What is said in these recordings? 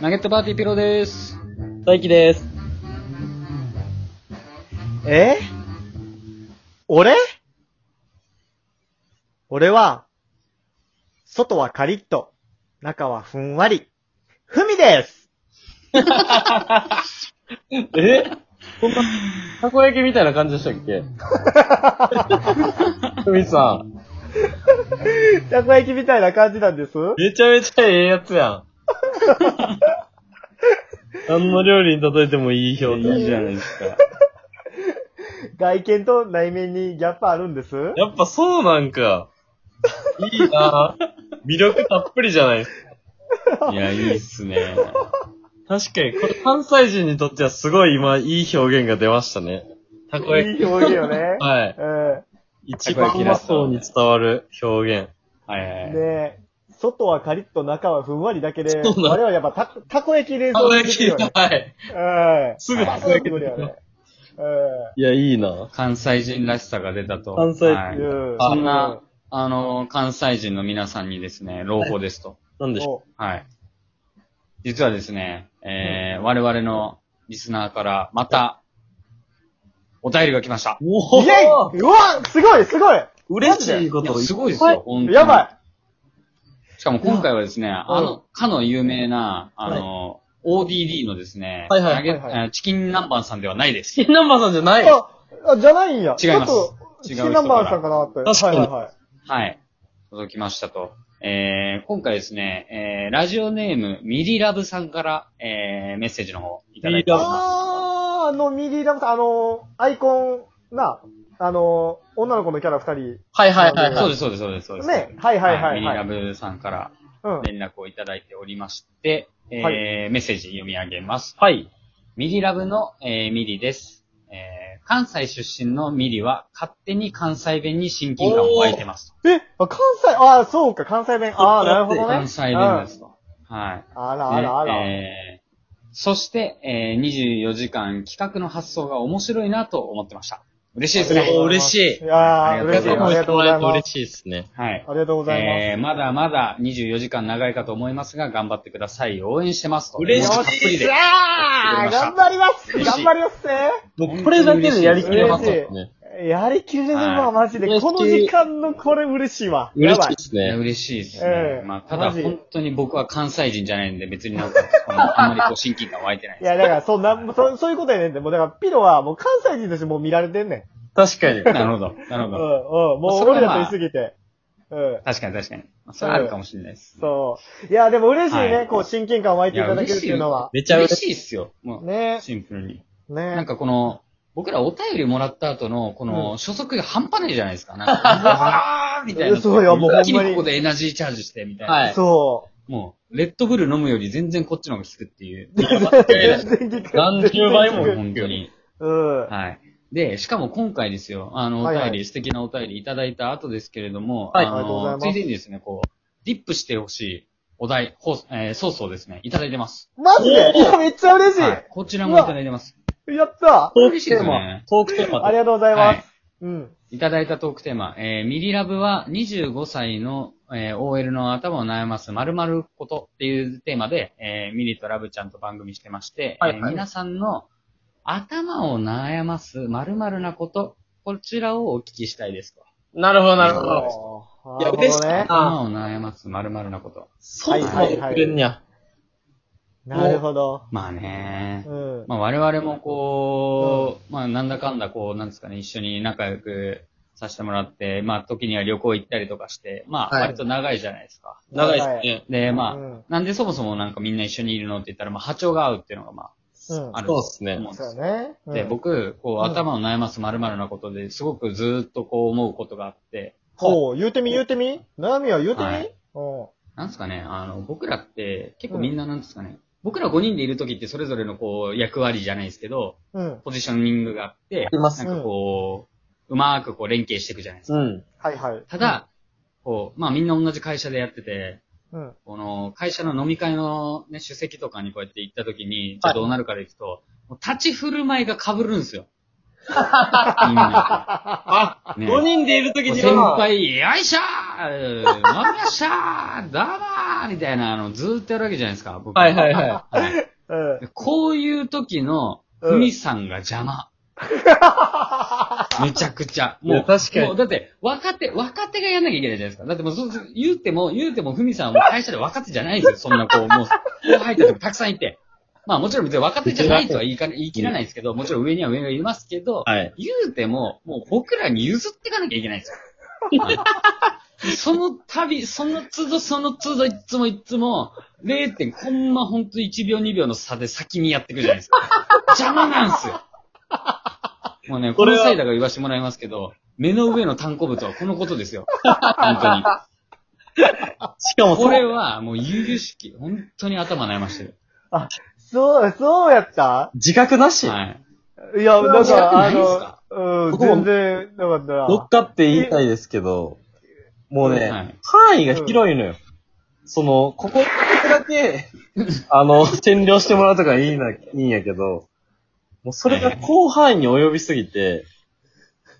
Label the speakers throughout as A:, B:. A: ナゲットパーティーピロです。
B: 大輝です。
C: え俺俺は、外はカリッと、中はふんわり、ふみです
B: えこんな、たこ焼きみたいな感じでしたっけふみさん、
C: たこ焼きみたいな感じなんです
B: めちゃめちゃええやつ やん。何の料理に例えてもいい表現。
A: いいじゃないですか。
C: 外見と内面にギャップあるんです
B: やっぱそうなんか。いいなぁ魅力たっぷりじゃないですか。
A: いや、いいっすね。
B: 確かに、これ関西人にとってはすごい今、いい表現が出ましたね。たこ焼き。。
C: いい表現よね
B: はい。
C: う
B: 一番うまそうに伝わる表現。
A: はいはい
C: ん。
A: はい。
C: ねえ、外はカリッと中はふんわりだけで、
B: そうなん
C: 我々やっぱたたこ焼き冷
B: たこ
C: 蔵
B: 焼
C: でき
B: き、
C: るよね。
B: はい。
C: うん。
B: すぐ
C: た
B: た
C: こ
B: こ
C: 焼
B: 焼
C: き
B: き
C: 無理よね。う
B: いや、いいな。
A: 関西人らしさが出たと。
B: 関西人
A: はい
C: うん
A: そんな、あの、関西人の皆さんにですね、朗報ですと。
B: なん
C: ん。
B: でしょ
C: も
A: はい。実はですね、えー、我々のリスナーからまた、お便りが来ました
B: う。。お
C: うイェイうわすごいすごい
B: 嬉しいこ
A: い
B: と
A: や
B: を
A: すごいです
B: ぱ
A: よ、本当に
C: やばい
A: しかも今回はですね、あの、かの有名な、あの、ODD のですね、
B: はいはいはい
C: はい
A: 投げえーチキン南蛮さんではないです。
B: チキンナンバーさんじゃない
C: あ、あじゃない
A: 違
C: んや。
A: います
C: ちょ
A: 違う
C: っと、
A: 人
C: チキンナンバーさんかなって。
B: 確かに
C: はいはいはい。
A: はい。届きましたと。えー、今回ですね、えー、ラジオネーム、ミリラブさんから、えー、メッセージの方いただいておりま
C: あー、あの、ミリーラムさん、あの、アイコンな、あの、女の子のキャラ二
B: はいはいはい
A: す。
C: あ
A: そう
B: は
A: です、そうです、そうです、そうで
C: 人。
A: す。
C: ね。はいはいはい
A: ミリラ
C: はい。
A: ブさんから
C: うん。
A: 連絡をいただいておりまして、えー
C: は
A: メッセージ読み上げます。
B: い。はい。
A: ミリラブの、えーミリです。えー、関西出身のミリは勝手に関西弁に親近感を湧いてますと。
C: え、あ関西、あー、そうか、関西弁。あー、なるほどね。
A: 関西弁ですと。はい。
C: あらあらあら。
A: えーそして、えー24時間企画の発想が面白いなと思ってました。嬉しいですね。
B: おー嬉しい
C: いやー、
A: ありが
C: 嬉しい。
A: とうございます
C: ありがとうございます。
B: 嬉しいですね。
A: はい。
C: ありがとうございます。
A: えーまだまだ24時間長いかと思いますが、頑張ってください。応援してますと。
B: 嬉しい
A: たっぷりで。
C: あー、頑張ります
A: 嬉しい
C: 頑張りますね
B: もうこれだけでやりきれますよね。
C: やりきれる
A: は
C: わ、
A: い
C: マジで。
B: 嬉しい
C: この時間のこれ嬉しいわ。や
B: 嬉
C: ば
B: しい
C: い
B: で。す
A: いや
B: ね。
A: 嬉しいですね。
C: ええ
A: まあ、ただ
C: マジ
A: 本当に僕は関西人じゃないんで、別になんか、このあんまりこう親近感湧いてない
C: い
A: です。
C: や、だから、そう、なん、そう、そういうことやねんって。もう、だから、ピロは、もう関西人としてもう見られてんねん。
B: 確かに。
A: なるほど。なるほ
C: うん、うん
A: ど。。
C: もう、俺らと言いすぎて。うん。
A: 確かに確かに。まあそれはあるかもしれないです。
C: そう。いや、でも嬉しいね。
A: はい
C: こう、親近感湧い
A: い
C: てい
A: や
C: ただけ
A: 嬉
C: るっ
A: してい
C: いうのは。
B: めちゃ嬉
A: 嬉
B: し
A: しいですよ。もう、
C: ね
A: シンプルに。
C: ね
A: なんかこの、僕らお便りもらった後の、こ
C: う
A: の、初速が半端ないじゃないですか。 なんか、うわーみたいな。
C: そうよもうほんまに
A: 一気にここでエナジーチャージして、みたいな。
B: はない
C: そ
A: もう、レッドブル飲むより全然こっちの方が効くっていう。
C: う。全然 聞く。
B: 何十倍も
C: 全然聞
A: 本当に。
C: くうん。
A: はい。で、しかも今回ですよ、あの、お便り、
C: はいはい
A: 素敵なお便りいただいた後ですけれども、
B: はい
C: ありがとうござい
A: の、
C: ます
A: ついでにですね、こう、ディップしてほしいお題、ほうえー、ソースをですね、いただいてます。
C: マジでいやめっちゃ嬉し
A: はい。こちらもいただいてます。
C: い。やった
B: トー
A: 嬉し
B: ク
A: いです
B: テー
A: ね
B: マ。トークテーマ
C: あり
B: で。
C: がとうござい
A: は
C: ま
A: い
C: す。うん。
A: いただいたトークテーマ、えーミリラブは25歳の、えー OL の頭を悩ます〇〇ことっていうテーマで、えーミリとラブちゃんと番組してまして、
B: はいはい
A: えー皆さんの頭を悩ます〇〇なこと、こちらをお聞きしたいですと。
B: なるほど、なるほ
C: あ
B: ど。
C: ー
B: い
C: なるほ
B: や、嬉し
C: ど
B: い
C: ね。
B: な。
A: 頭を悩ます〇〇なこと。
B: そうそう、くれんにゃ。
C: なるほど。
A: まあね
C: う、ん。
A: まあ我々もこう、まあなんだかんだこう、なんですかね、一緒に仲良くさせてもらって、まあ時には旅行行ったりとかして、まあ
B: はい
A: 割と長いじゃないですか。
B: 長いですね。
A: で、まあ、
C: うん
A: なんでそもそもなんかみんな一緒にいるのって言ったら、まあ波長が合うっていうのがま
C: うん
A: あ、ある
B: そう
A: と
B: っすね
A: 思うんで
C: そうよ
A: す。
C: ね。うん
A: で、、僕、こう、
C: うん
A: 頭を悩ます〇〇なことですごくずーっとこう思うことがあって、
C: ほう、言うてみ言うてみ悩みは言うてみ、
A: はい
C: うん。
A: なんですかね、あの、僕らって結構みんななんですかね、僕ら5人でいる時ってそれぞれのこう、役割じゃないですけど、
C: うん。
A: ポジショニングがあって、
B: りま
A: なんかこう、うまーくこう連携していくじゃないですか。
B: うん。
C: はいはい。
A: ただ、こう、まあみんな同じ会社でやってて、
C: うん、
A: この会社の飲み会のね、主席とかにこうやって行った時に、
B: はい
A: どうなるかでいくと、もう立ち振る舞いが被るんです よ。みんな。
B: あ、
A: ね
B: 5人でいるとき
A: こう
B: に
A: 先
B: は、
A: 輩、よいしょー飲みましたーどうもーみたいな、あの、ずーっとやるわけじゃないですか、僕
B: はいはいは
A: はい
C: うん。
A: こういう時の、
C: うん
A: ふみさんが邪 魔。めちゃくちゃ。
B: い
A: もう、
B: や確かに
A: もうだって、若手、若手がやんなきゃいけないじゃないですか。だってもう、そうそう言うても、言うても、ふみさんはもう会社で若手じゃないんですよ。そんなこう、もう、後輩たちもたくさんいて。まあもちろん別に若手じゃないとは言いか言い切らないですけど、もちろん上には上がいますけど、
B: はい。
A: 言うても、もう僕らに譲っていかなきゃいけないん ですよ。はいその度、その都度その都度いつもいつも、0. 点、ほんまほんと1秒2秒の差で先にやってくるじゃない ですか。邪魔なんですよ。もうね、こ
B: これ
A: の
B: は
A: 際だから言わせてもらいますけど、目の上の単行物はこのことですよ。本当に。
B: しかも
A: こ
B: そ
A: れ
B: れ、
A: はもう優々しき、本当に頭悩ましてる。
C: そう、そうやった
B: 自覚なし、
A: はい。
C: いや、なん
A: そんなこと
C: か、
A: な
C: あ
A: いんすか
C: の、うん、
B: 僕も
C: 全然、なかった
B: 乗っ
C: な。
B: かって言いたいですけど、もうね、
A: はい
B: 範囲が広いのよ。その、ここだ け、あの、占領してもらうとかいいな、いいんやけど、もうそれが広範囲に及びすぎて、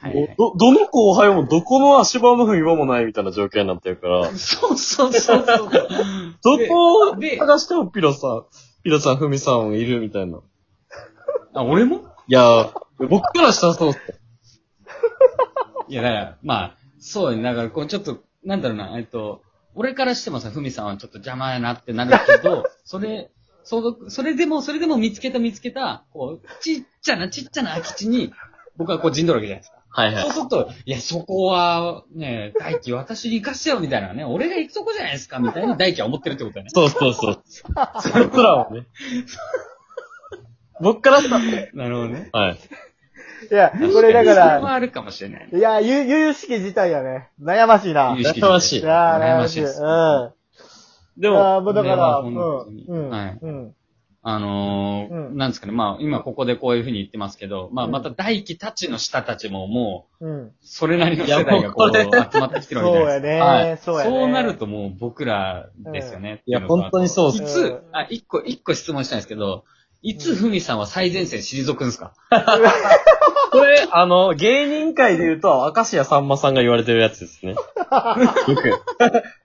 A: はいはい
B: ど、どの後輩もどこの足場も踏み場もないみたいな状況になって るから、
A: そうそうそうそう。
B: どこを
A: で
B: 探してもピロさん、ピロさん、ふみさんいるみたいな。
A: あ、俺も
B: いやー、僕からしたらそうっす。
A: いや、だから、まあ、そうね。だから、こう、ちょっと、なんだろうな、えっと、俺からしてもさ、ふみさんはちょっと邪魔やなってなるけど、それ、そのそれでも、それでも見つけた見つけた、こう、ちっちゃなちっちゃな空き地に、僕はこう陣取るわけじゃないですか。
B: はい
A: そうすると、いや、そこは、ね、大輝私に行かせよ、みたいなね、俺が行くとこじゃないですか、みたいに大輝は思ってるってこと だよね。
B: そうそうそう。そいつらは ね。僕からしたら。
A: なるほどね。
B: はい。
C: いや、これだか
A: それは
C: ら、
A: あるかもしれない。
C: いや、ゆ、ゆゆしき自体やね。悩ましいな。い
B: や羨ましい
C: や、
A: 羨
C: 悩
A: ま
C: ま
A: し
C: し
A: い
C: い。
A: で
C: う
A: す
C: ん。あ
B: でも、
C: あー、もうだから、う
A: こ
C: ん
A: れは本当に。
C: うん
A: はい。
C: うん。
A: あのー
C: うん
A: なんですかね、まあ、今ここでこういうふうに言ってますけど、まあ、
C: うん
A: また大輝たちの下たちもも
C: うん。
A: う、それなりの世代がこう、
B: いやもうこれ
A: 集まってきてるわけじゃな
C: そう
A: い
C: や
A: ですか。はい
C: ね。そうやね。
A: そうなるともう僕らですよね。
B: いや、
A: ってうのが
B: 本当にそうっす。
A: いつ、あ、一個、一個質問したいんですけど、いつふみさんは最前線退くんですか、
B: これ、あの、芸人界で言うと、明石家さんまさんが言われてるやつですね。よく。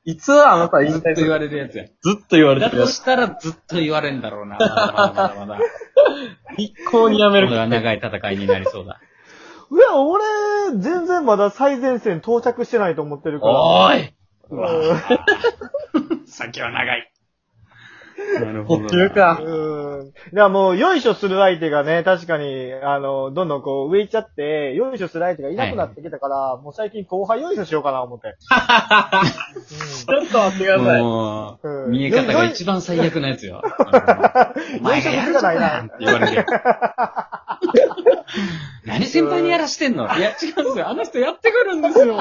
B: いつあなた引
A: ずっと
B: 退す
A: 言わ
B: る
A: れるやつや。
B: ずっと言われ
A: だ
B: てるや
A: と
B: つ。
A: したらずっと言われんだろうな。まだまだまだまだ。
B: 一向にやめ
A: これ
B: る
A: は長い戦いになりそうだ。
C: いや、俺、全然まだ最前線到着してないと思ってるから。
A: おーい
C: うん
A: 先は長 い。なる
B: 途中か。
C: うん。いや、もう、よいしょする相手がね、確かに、あの、どんどんこう、上行っちゃって、よいしょする相手がいなくなってきたから、もう最近後輩よいしょしようかな、 思って。
B: ちょっと待ってください。
A: もう、
C: うん
A: 見え方が一番最悪なやつよ。お前がやるじゃないなって言われるやつ。何先輩にやらしてんのいや、違うんですよ。あの人やってくるんですよ。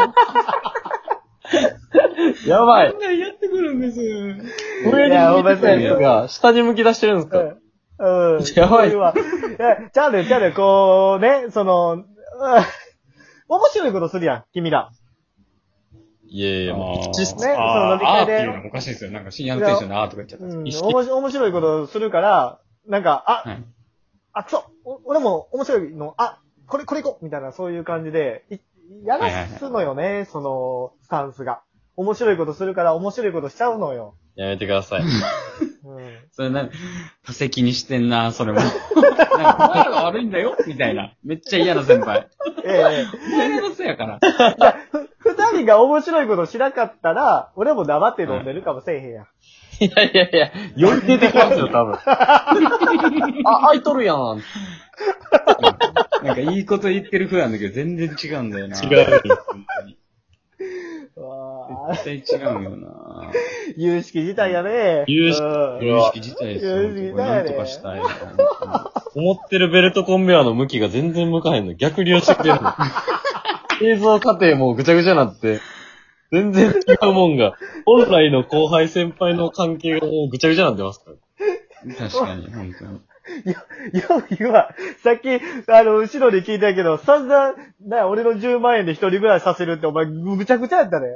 B: やばい。
A: みんなやってくるんです。
B: 上に
C: やお
B: 向
C: 前
B: いてたやつが、下に向き出してるんですか
C: うん。うん。
B: やばい
C: そううわやちゃうねん、ちゃうねん、こう、ね、その、 うん面白いことするやん、君ら。
B: いやいや、もう、
A: あー
B: 口っす
C: ねその飲み
A: あー
C: 会
A: って
C: で
A: いうのもおかしいですよ。なんか深夜のテンションであーとか言っちゃっ
C: うん。おも
B: 意
C: し
B: 識
C: 面白いことするから、なんか、あ、
A: た。はい。
C: あ、そう、お俺も面白いの、あ、これ、これ行こうみたいな、そういう感じで、いやらすのよね、その、スタンスが。面白いことするから、面白いことしちゃうのよ。
B: やめてください。
C: うん。
A: それなんか、多席にしてんな、それも。なんか、お前らが悪いんだよみたいな。めっちゃ嫌な先輩。
C: ええ
A: お前らのせいやから。
C: 二人が面白いことしなかったら、俺も黙って飲んでるかもせえへんやん。
B: いやいやいや、より出てきますよ、多分。あ、開いとるやん。
A: なんかいいこと言ってる風なんだけど、全然違うんだよな。
B: 違う。
A: 本当に。
C: わあ、
A: 絶対違うよ な。
C: 有識自体やね。
B: 有識
C: うん
B: これは
A: 意識自体ですよ。
C: 意識自体ね
A: これなんとかしたいな。
B: 思ってるベルトコンベアの向きが全然向かへんの。逆流してきてる の。製造過程もぐちゃぐちゃになって、全然違うもんが、本来の後輩先輩の関係がもうぐちゃぐちゃになってますから。
A: 確かに、本当に。
C: よいは、さっき、あの、後ろで聞いたけど、散々、な、俺の10万円で一人ぐらいさせるって、お前、むちゃくちゃやったね。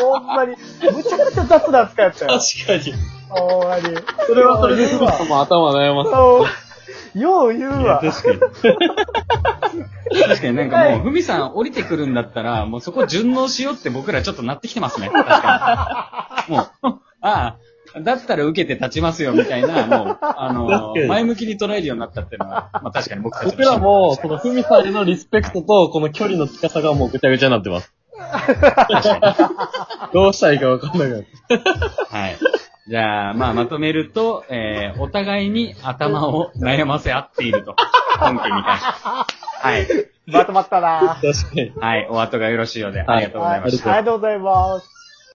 C: ほんまに。むちゃくちゃ雑な扱いやったよ。
B: かに。
C: ほんまに。
B: それはそれで、
C: よう言うわ。
B: も頭悩ます。
C: そうよう言うわ。
B: 確かに。
A: 確かになんかもう、ふみさん降りてくるんだったら、もうそこ順応しようって僕らちょっとなってきてますね。確かに。もう、ああ、だったら受けて立ちますよ、みたいな、もう、あ
B: 確
A: の
B: かに、
A: 前向きに捉えるようになったっていうのは、まあ確かに僕たち
B: 僕らも、そのふみさんへのリスペクトと、この距離の近さがもうぐちゃぐちゃになってます。どうしたらいいかわかんないから。
A: はい。じゃあ、まあ、まとめると、えー、お互いに頭を悩ませ合っている と。本件に関して。はい。
C: まとまったなぁ。
B: 確かに。
A: はい。お後がよろしいようで、ありがとうございました。
C: ありがとうございます。